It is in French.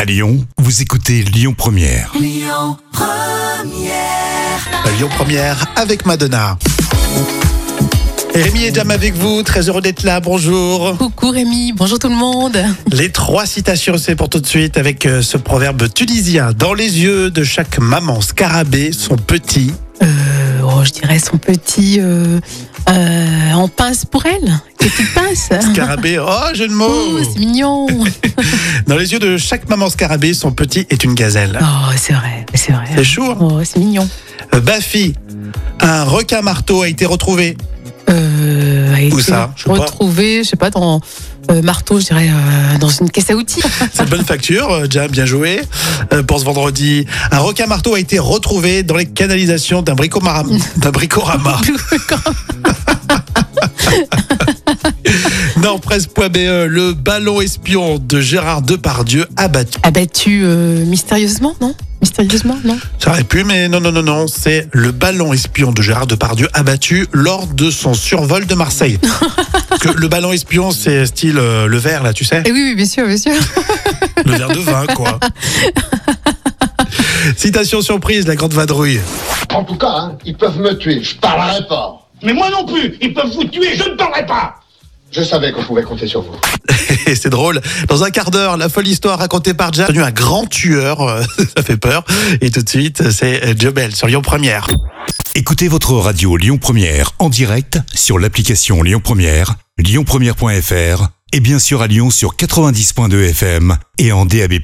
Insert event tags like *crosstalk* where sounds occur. À Lyon, vous écoutez Lyon Première. Lyon Première avec Madonna. Rémi et Jam avec vous, très heureux d'être là, bonjour. Coucou Rémi, bonjour tout le monde. Euh, Les trois citations, c'est pour tout de suite avec euh, ce proverbe tunisien. Dans les yeux de chaque maman scarabée, son petit. Euh, oh, je dirais son petit euh, euh, en pince pour elle. Et tu pince. *laughs* Scarabée, *laughs* oh, jeu de mots. Oh, *laughs* c'est mignon. Dans les yeux de chaque maman scarabée, son petit est une gazelle. Oh, c'est vrai, c'est vrai. C'est chaud. hein. Oh, c'est mignon. Euh, Bafi, un requin marteau a été retrouvé. Euh, a été ça, je sais pas. retrouvé, je sais pas, dans euh, marteau, je dirais, euh, dans une caisse à *laughs* outils. *laughs* C'est de bonne facture, euh, Jam, bien joué. Euh, pour ce vendredi, un requin marteau a été retrouvé dans les canalisations d'un *laughs* bricomara- d'un bricorama. Nordpresse.be, E, le ballon espion de Gérard Depardieu abattu. Abattu euh, mystérieusement, non Mystérieusement, non Ça aurait pu, mais non, non, non, non. C'est le ballon espion de Gérard Depardieu abattu lors de son survol de Marseille. Parce que le ballon espion, c'est style euh, le verre, là, tu sais Eh oui, oui, bien sûr, bien sûr. Le verre de vin, quoi. Citation surprise, la grande vadrouille. *laughs* En tout cas, hein, ils peuvent me tuer, je parlerai pas. Mais moi non plus Ils peuvent vous tuer, je ne parlerai pas Je savais qu'on pouvait compter sur vous. Et c'est drôle. Dans un quart d'heure, la folle histoire racontée par Jam, devenu un grand tueur, euh, *laughs* ça fait peur. Et tout de suite, c'est euh, Jobel sur Lyon Première. Écoutez votre radio Lyon Première en direct sur l'application Lyon Première, lyonpremière.fr et bien sûr à Lyon sur 90.2 FM et en DAB+.